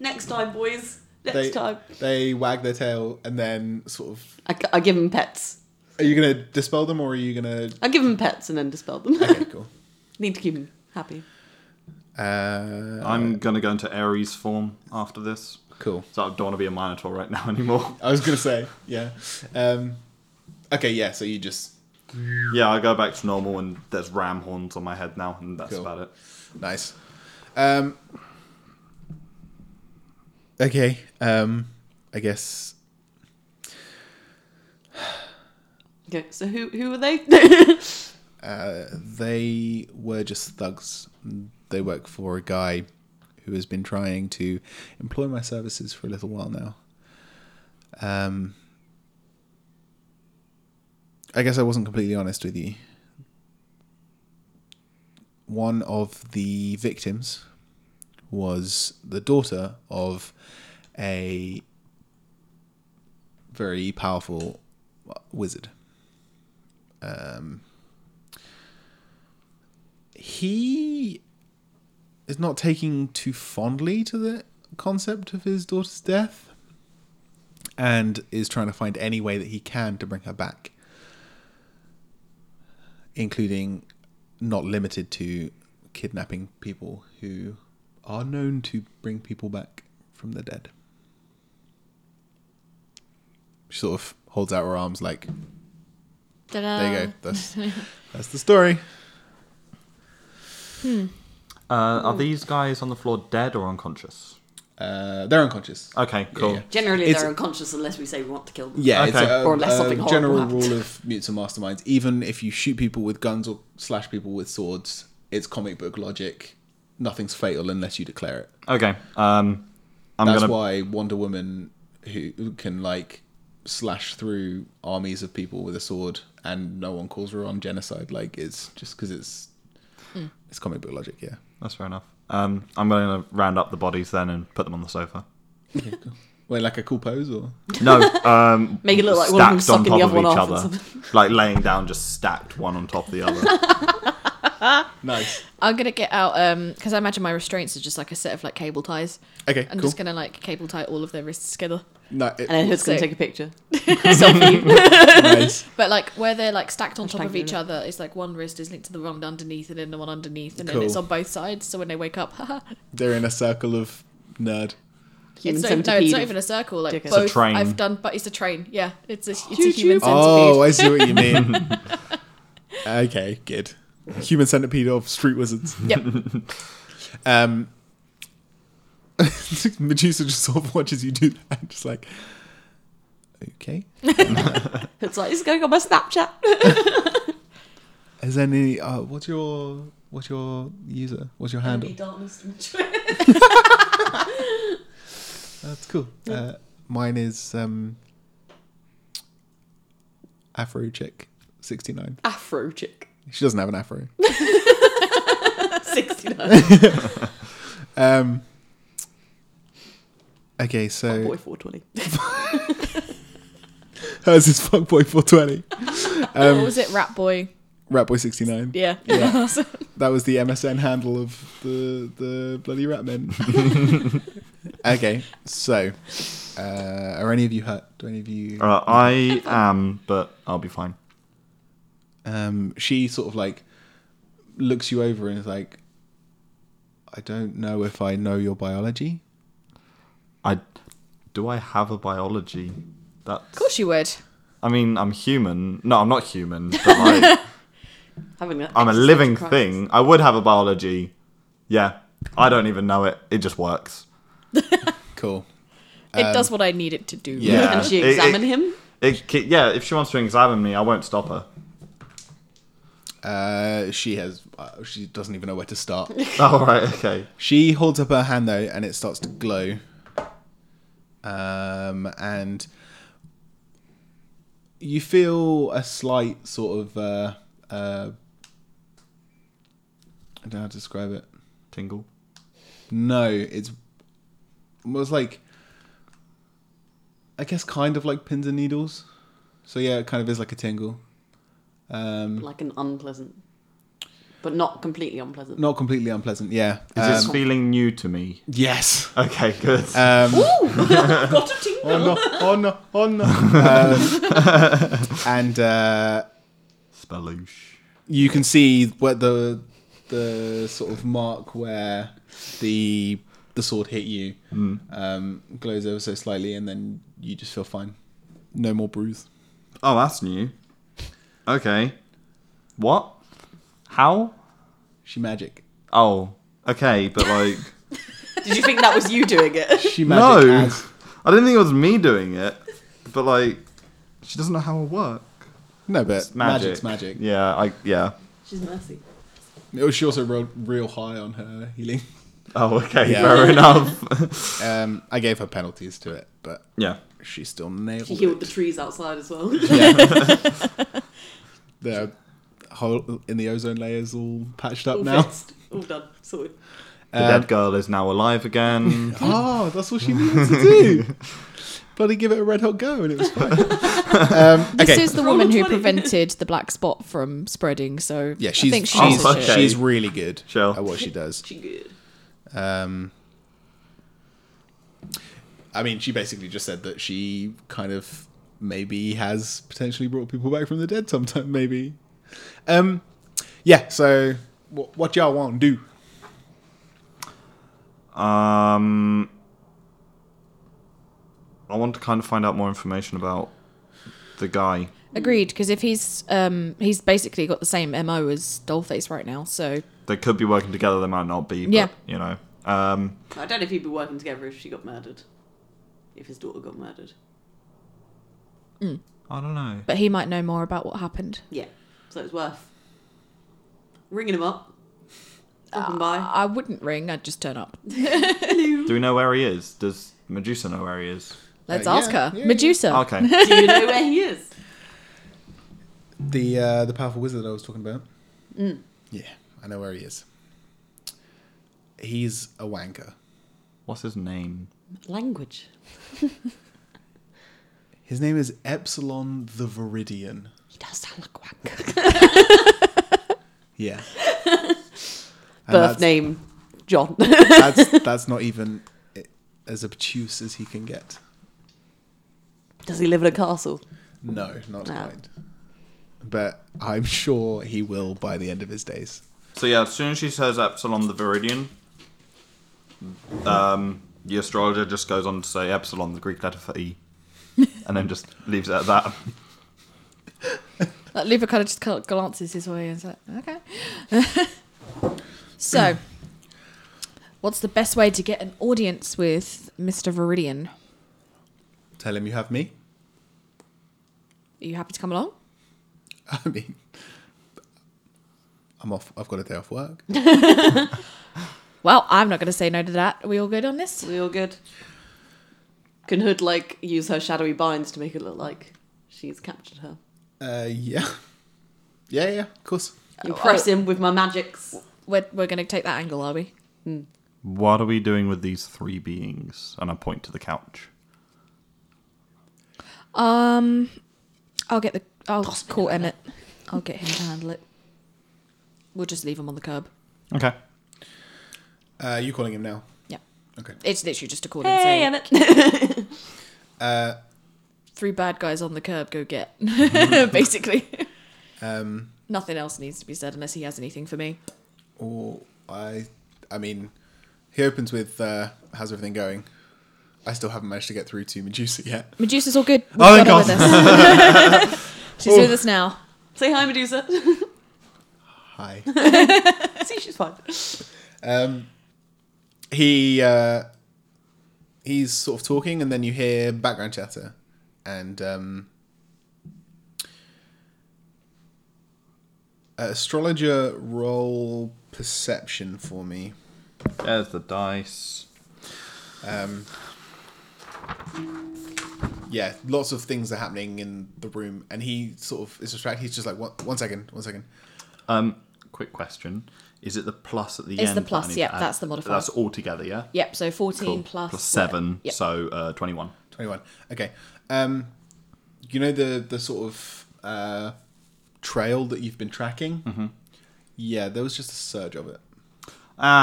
D: Next time, boys. [LAUGHS] Next
B: They-
D: time.
B: They wag their tail and then sort of
D: I, I give them pets.
B: Are you gonna dispel them or are you gonna?
D: I give them pets and then dispel them.
B: Okay, cool.
D: [LAUGHS] Need to keep them happy.
B: Uh,
E: I'm gonna go into Ares form after this.
B: cool.
E: So I don't want to be a Minotaur right now [LAUGHS] anymore.
B: I was gonna say, yeah. Um, okay, yeah. So you just
E: yeah, I go back to normal and there's ram horns on my head now, and that's
B: Cool.
E: about it.
B: nice. Um, okay. Um, I guess
D: Okay, so who who
C: [LAUGHS]
D: are they?
B: uh, they were just thugs. They work for a guy who has been trying to employ my services for a little while now. Um, I guess I wasn't completely honest with you. One of the victims was the daughter of a very powerful wizard. he is not taking too fondly to the concept of his daughter's death and is trying to find any way that he can to bring her back including not limited to kidnapping people who are known to bring people back from the dead She sort of holds out her arms like, there
C: Ta-da.
D: Uh.
B: you go. That's that's the story.
E: Uh, are these guys on the floor dead or unconscious?
B: Uh, they're unconscious.
E: Okay, cool.
B: yeah.
D: Generally,
B: It's-
D: they're unconscious unless we say we want to kill them.
B: Yeah, it's
E: Okay.
B: a,
D: Or unless
B: a
D: something horrible
B: general
D: happens.
B: rule of mutes and masterminds. Even if you shoot people with guns or slash people with swords, it's comic book logic. Nothing's fatal unless you declare it.
E: Okay. Um, I'm
B: That's
E: gonna.
B: why Wonder Woman, who who can like slash through armies of people with a sword and no one calls her on genocide, like it's just because it's
D: Hmm.
B: it's comic book logic. Yeah,
E: That's fair enough. Um, I'm gonna round up the bodies then and put them on the sofa.
B: wait, like a cool pose or
E: No, um,
D: [LAUGHS] Make it look like one of them
E: stacked
D: sucking
E: on
D: the
E: top
D: other
E: of
D: one
E: each
D: off. or
E: other,
D: something.
E: like laying down, just stacked one on top of the
D: [LAUGHS]
E: other.
B: nice.
C: I'm gonna get out um because I imagine my restraints are just like a set of like cable ties.
B: Okay,
C: I'm
B: cool.
C: just gonna like cable tie all of their wrists
B: [LAUGHS]
C: together. [LAUGHS]
B: No, it-
D: [LAUGHS] And then who's going to
C: Sick.
D: take a picture?
B: nice.
C: But like where they're like stacked on top
D: Hashtag
C: of each
D: unit.
C: other, it's like one wrist is linked to the one underneath and then the one underneath, and
B: Cool.
C: then it's on both sides. So when they wake up, [LAUGHS] haha,
B: They're in a circle of nerd.
D: Human
C: it's not, no, it's
D: centipede
C: not
D: of-
C: even a circle. Like
D: dickhead. It's
E: a
C: both,
E: train.
C: I've done, but it's a train. Yeah, it's a it's a
D: Choo-choo.
C: human centipede.
B: Oh, I see what you mean. okay, good. Human centipede of street wizards. [LAUGHS]
C: Yep.
B: Um, [LAUGHS] Medusa just sort of watches you do that, [LAUGHS] and just like, okay.
D: It's like, it's going on my Snapchat.
B: [LAUGHS] Has any? Uh, what's your what's your user? What's your handle?
C: [LAUGHS]
B: That's cool. Uh, mine is um, Afro chick sixty nine.
D: Afro
C: [LAUGHS]
D: chick.
B: She doesn't have an afro.
D: 69.
B: Um, okay, [LAUGHS] so
D: Boy 420.
B: hers is fuckboy four twenty, [LAUGHS]
C: what was it, Rat Boy?
B: ratboy sixty nine.
C: Yeah.
B: Um,
C: [LAUGHS]
B: Yeah. That was the MSN handle of the the bloody ratmen. [LAUGHS] okay, so uh, are any of you hurt? Do any of you?
E: Uh, I am, but I'll be fine.
B: Um, she sort of like looks you over and is like, "I don't know if I know your biology."
E: I do. I have a biology. That's.
C: Of course you would.
E: I mean, I'm human. No, I'm not human. But
D: [LAUGHS]
E: like,
D: Having that
E: I'm a
D: existential
E: living
D: crisis.
E: thing. I would have a biology. Yeah, I don't even know it. It just works.
B: Cool.
C: It
B: Um,
C: does what I need it to do.
E: Yeah.
D: Can she
E: It- it-
D: examine him?
E: It, ki- yeah, if she wants to examine me, I won't stop her.
B: Uh, she has. Uh, she doesn't even know where to start.
E: [LAUGHS] All right. Okay.
B: She holds up her hand though, and it starts to glow. Um, and you feel a slight sort of uh, uh, I don't know how to describe it.
E: Tingle.
B: No, it's it was like I guess kind of like pins and needles. So yeah, it kind of is like a tingle. Um,
D: Like an unpleasant. But not completely unpleasant.
B: not completely unpleasant. Yeah.
E: Is
B: Um,
E: this feeling new to me?
B: yes.
E: Okay. Good.
B: Um,
D: Got a tingle.
B: Oh no! Oh no! Oh no! [LAUGHS] um, and uh,
E: Spelloosh.
B: you can see where the the sort of mark where the the sword hit you
E: Hmm.
B: um, glows over so slightly, and then you just feel fine. No more bruise.
E: Oh, that's new. Okay. What? How?
B: She magic.
E: Oh. Okay, but
B: [LAUGHS]
E: like.
D: Did you think that was you doing it?
B: She magic.
E: no,
B: as-
E: I didn't think it was me doing it, but like, she doesn't know how it work.
B: no, but
E: It's magic.
B: magic's magic.
E: Yeah, I yeah.
D: She's messy.
B: Oh, She also rolled real high on her healing.
E: Oh, okay,
B: Yeah. [LAUGHS]
E: fair enough.
B: Um, I gave her penalties to it, but
E: yeah,
B: she still nailed
D: She
B: it.
D: healed the trees outside as well.
B: the hole in the ozone layer is all patched up
D: [LAUGHS] All
B: now.
D: fixed. All done. Sorted.
B: Uh,
E: the dead girl is now alive
B: [LAUGHS]
E: again.
B: Oh, that's what she needed to
C: [LAUGHS]
B: do. Bloody give it a red hot go, and it was fine. um,
C: This
B: okay.
C: is the woman who
D: 20.
C: prevented the black spot from spreading. So
B: yeah,
C: I
B: she's
C: think she
B: she's,
C: knows her
E: okay.
C: shit.
B: she's really good
E: Sure.
B: at what she does.
D: She good.
B: Um, I mean, she basically just said that she kind of maybe has potentially brought people back from the dead sometime. Maybe. Um, yeah. So, what, what y'all want to do?
E: Um, I want to kind of find out more information about the guy.
C: Agreed, because if he's um he's basically got the same MO as Dollface right now, so
E: They could be working together. They might not be. But,
C: Yeah.
E: You know. Um,
D: I don't know if he'd be working together if she got murdered. If his daughter got murdered.
E: I don't know.
C: but he might know more about what happened.
D: Yeah. So it's worth ringing him up. Stopping by.
C: I wouldn't ring, I'd just turn up.
E: Do we know where he is? Does Medusa know where he is?
C: Let's
B: Uh, yeah,
C: ask her.
B: yeah, yeah.
C: Medusa.
E: Okay.
C: [LAUGHS]
D: Do you know where he is?
B: The uh, the powerful wizard I was talking about. Yeah, I know where he is. He's a wanker.
E: What's his name?
D: Language.
B: His name is Epsilon the Viridian.
D: He does sound like a wanker.
B: Yeah. And
D: Birth
B: that's,
D: name John. [LAUGHS]
B: that's that's not even i- as obtuse as he can get.
D: does he live in a castle?
B: No, not
D: No.
B: quite. But I'm sure he will by the end of his days.
E: So yeah, as soon as she says Epsilon the Viridian, um, the astrologer just goes on to say Epsilon, the Greek letter for E, and
C: [LAUGHS]
E: then just leaves it at that.
C: [LAUGHS] Like, Lupa kind of just kind of glances his way and is like, okay. [LAUGHS] so, what's the best way to get an audience with Mr. Viridian?
B: Tell him you have me. [LAUGHS]
C: Are you happy to come along?
B: I mean, I'm off. I've got a day off work.
C: Well, I'm not going to say no to that. Are we all good on this?
D: We all good? Can Hood like use her shadowy binds to make it look like she's captured her?
B: Uh, yeah, yeah, yeah. Of course.
D: Impress him with my magics.
C: We're, we're going to take that angle, are we?
E: What are we doing with these three beings? And I point to the couch.
C: Um, I'll get the. I'll call Emmett. I'll get him to handle it. We'll just leave him on the curb.
E: Okay.
B: Uh, you calling him now?
C: Yeah,
B: Okay.
C: it's literally just a call and
D: Hey,
C: say,
D: Emmett.
B: Uh,
C: three bad guys on the curb, go get. [LAUGHS] Basically,
B: um,
C: nothing else needs to be said unless he has anything for me.
B: or oh, I, I mean, he opens with, uh, "How's everything going?" I still haven't managed to get through to Medusa yet.
C: Medusa's all good. We've
B: Oh, thank
C: got her With us. She's with us now.
D: Say hi, Medusa.
B: Hi.
D: See, she's fine.
B: Um, he uh, he's sort of talking, and then you hear background chatter, and um, astrologer roll perception for me.
E: There's the dice.
B: Um, yeah, lots of things are happening in the room, and he sort of is distracted. He's just like, one, one second, one second.
E: Um, quick question: Is it the plus at the
C: It's
E: end?
C: the
E: that I
C: plus,
E: need to
C: yep,
E: add?
C: that's the modifier.
E: That's all together, yeah.
C: Yep. So fourteen
E: Cool.
C: plus
E: plus seven,
C: Yep.
E: so uh, twenty-one.
B: 21 okay um you know the the sort of uh trail that you've been tracking mm-hmm. yeah there was just a surge of it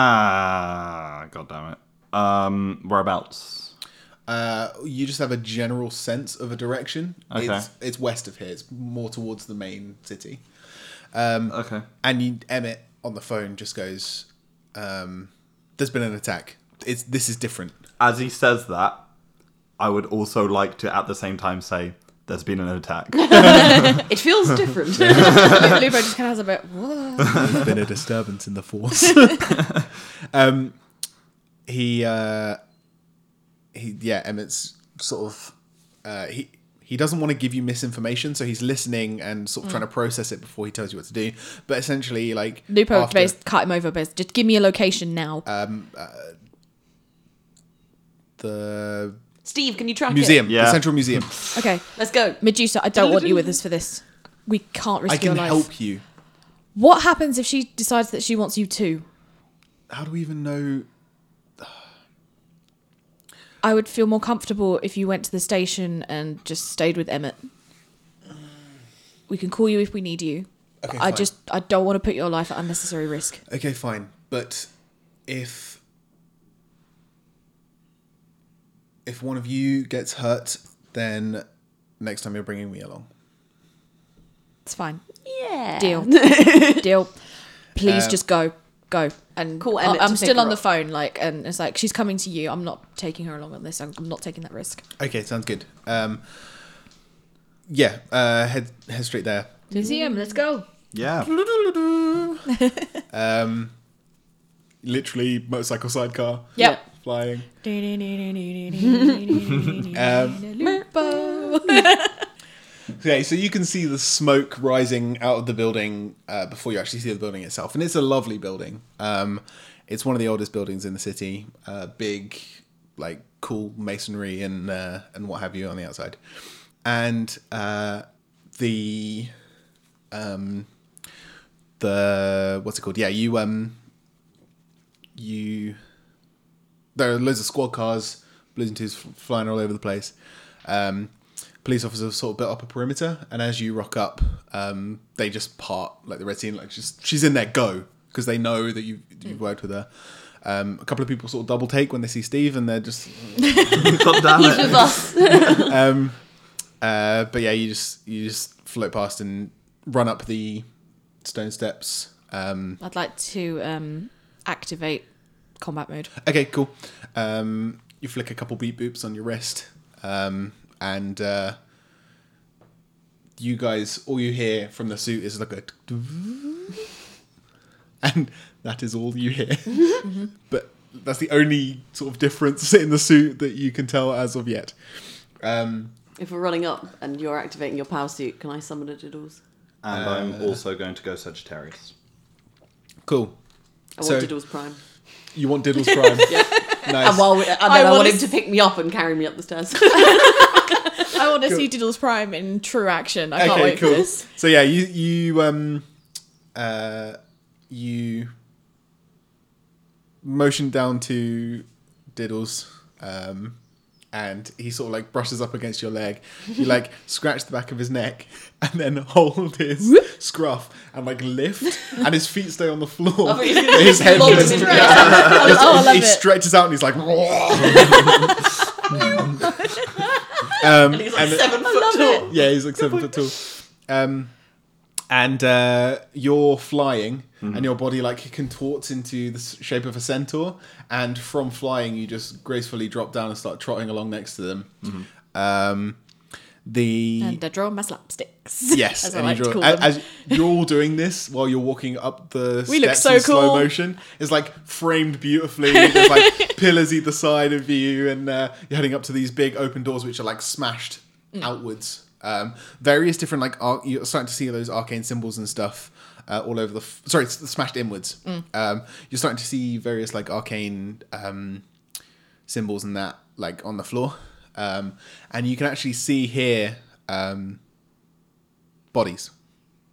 E: Ah, god damn it. Um, whereabouts?
B: uh you just have a general sense of a direction
E: Okay.
B: it's, it's west of here it's more towards the main city
E: Okay.
B: and you, emmett on the phone just goes um there's been an attack it's this is different
E: As he says that, I would also like to at the same time say, "There's been an attack."
D: It
B: [LAUGHS]
D: feels different.
C: Lupo just kind of has a bit. "Whoa."
B: there's been a disturbance in the force.
C: [LAUGHS]
B: [LAUGHS] um, he, uh, he, yeah, Emmett's sort of, uh, he. He doesn't want to give you misinformation, so he's listening and sort of trying to
C: Mm.
B: process it before he tells you what to do. But essentially, like
C: Lupo
B: after-
C: bas- cut him over. Based, just give me a location now.
B: the
D: Steve, can you track
B: museum, the
E: Yeah.
B: Central Museum,
C: okay,
D: it? Let's go.
C: Medusa, I don't want you with us for this. We can't risk
B: I can
C: your life.
B: help you.
C: What happens if she decides that she wants you too?
B: How do we even know?
C: I would feel more comfortable if you went to the station and just stayed with Emmett. We can call you if we need you.
B: Okay,
C: I
B: fine.
C: just I don't want to put your life at unnecessary risk.
B: Okay, fine, but if if one of you gets hurt, then next time you're bringing me along.
C: It's fine.
D: Yeah.
C: Deal.
D: [LAUGHS]
C: Deal.
B: Um,
C: Please just go. Go. And
D: Call
C: I-
D: Emmett to
C: I'm
D: pick
C: still on
D: her
C: the
D: up.
C: phone, like, and it's like, she's coming to you. I'm not taking her along on this. I'm I'm not taking that risk.
B: Okay, sounds good. Um, yeah, uh, head head straight there.
C: Museum, let's go. [LAUGHS]
E: Yeah.
B: Um, literally motorcycle sidecar
C: Yep.
B: flying.
C: Merpo.
B: [LAUGHS] Okay, so you can see the smoke rising out of the building uh, before you actually see the building itself, and it's a lovely building. Um, it's one of the oldest buildings in the city. Uh, big, like cool masonry and uh, and what have you on the outside, and uh, the um, the what's it called? Yeah, you um, you there are loads of squad cars, blues and twos f- flying all over the place. Um, police officers have sort of built up a perimeter, and as you rock up, um, they just part like the red team. Like she's she's in there, go because they know that you you've worked with her. Um, a couple of people sort of double take when they see Steve, and they're just
E: God damn
D: He's
E: it.
D: with us.
B: um, uh, but yeah, you just you just float past and run up the stone steps. Um,
C: I'd like to um, activate combat mode.
B: Okay, cool. Um, you flick a couple beep boops on your wrist, um, and uh, you guys, all you hear from the suit is like a, [LAUGHS] and that is all you hear. but that's the only sort of difference in the suit that you can tell as of yet. Um,
D: If we're running up and you're activating your power suit, can I summon a Diddles?
E: And I'm
C: uh,
E: also going to go Sagittarius.
B: cool.
D: I want
B: So-
D: Diddles Prime.
B: You want Diddles Prime?
D: [LAUGHS] Yeah.
B: Nice.
D: And while we, and then
C: I
D: I, want
C: wanna
D: him
C: s-
D: to pick me up and carry me up the
B: [LAUGHS]
D: [LAUGHS] stairs.
C: I want to see Diddles Prime in true action. I
B: okay, cool. So yeah, you you um uh you motion down to Diddles um and he sort of like brushes up against your leg. You
C: [LAUGHS]
B: like scratch the back of his neck [LAUGHS] and then hold his scruff and like lift and his feet stay on the
C: [LAUGHS]
B: floor.
D: thought you were gonna
B: but his
D: say
B: head
D: long
B: goes- [LAUGHS]
D: stretch.
B: It's-
C: Oh, I love
B: he
C: it.
B: stretches out and he's like
D: and he's like seven foot tall.
B: [LAUGHS] Yeah, he's like seven foot tall. Um, and uh, you're flying, and your body like contorts into the s- shape of a centaur. And from flying, you just gracefully drop down and start trotting along next to them. Um, the
C: And I draw my slapsticks.
B: yes,
C: as I
B: and
C: like
B: you
C: to
B: draw,
C: call
B: a-
C: them.
B: as you're all doing this while you're walking up the
C: We look
B: steps
C: so
B: in slow
C: cool.
B: motion. It's like framed beautifully. There's
C: [LAUGHS]
B: like pillars either side of you, and uh, you're heading up to these big open doors which are like smashed
C: Mm.
B: outwards. Um, various different like ar- you're starting to see those arcane symbols and stuff. Uh, all over the f- sorry, it's smashed inwards.
C: Mm.
B: Um, you're starting to see various like arcane um, symbols and that like on the floor, um, and you can actually see here um, bodies,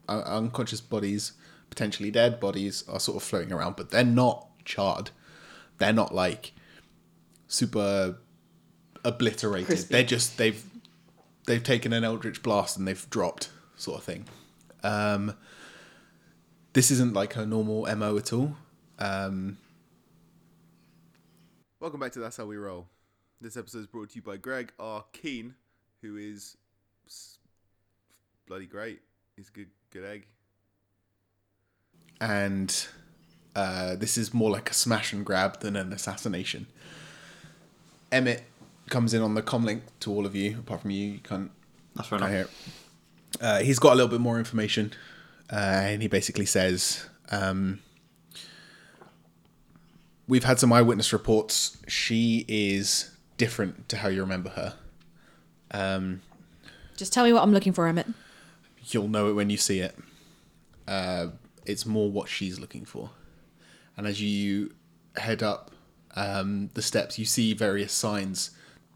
B: Un- unconscious bodies, potentially dead bodies are sort of floating around, but they're not charred. They're not like super obliterated.
D: Crispy.
B: They're just they've they've taken an eldritch blast and they've dropped sort of thing. Um, this isn't like her normal mo at all. Um,
A: Welcome back to That's How We Roll. This episode is brought to you by Greg R. Keen, who is s- bloody great. He's a good, good egg.
B: and uh, this is more like a smash and grab than an assassination. Emmett comes in on the comlink to all of you, apart from you, you can't,
E: That's fair
B: can't hear
E: enough.
B: it. Uh, he's got a little bit more information, uh, and he basically says, um, "We've had some eyewitness reports. She is different to how you remember her. Um,
C: Just tell me what I'm looking for, Emmett.
B: you'll know it when you see it. Uh, it's more what she's looking for. And as you head up um, the steps, you see various signs.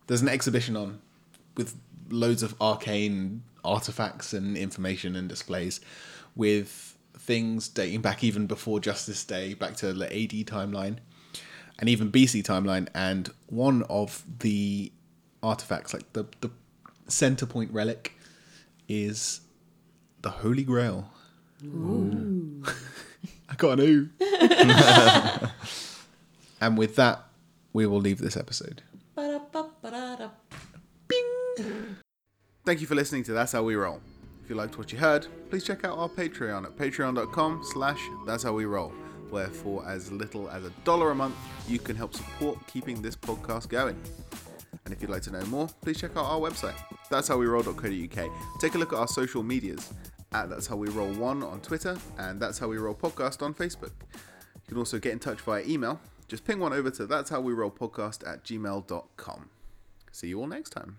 B: There's an exhibition on with loads of arcane artifacts and information and displays with things dating back even before Justice Day, back to the AD timeline and even BC timeline. And one of the artifacts, like the, the center point relic, is the Holy Grail. [LAUGHS] I got an ooh. [LAUGHS] and with that, we will leave this episode.
D: Ba-da-ba-ba-da-da.
A: Thank you for listening to That's How We Roll. If you liked what you heard, please check out our Patreon at patreon.com slash that's how we roll, where for as little as a dollar a month, you can help support keeping this podcast going. And if you'd like to know more, please check out our website,
B: that's how we roll.co.uk. Take a look at our social medias at That's How We Roll One on Twitter and That's How We Roll Podcast on Facebook. You can also get in touch via email. Just ping one over to That's How We Roll Podcast at gmail.com. See you all next time.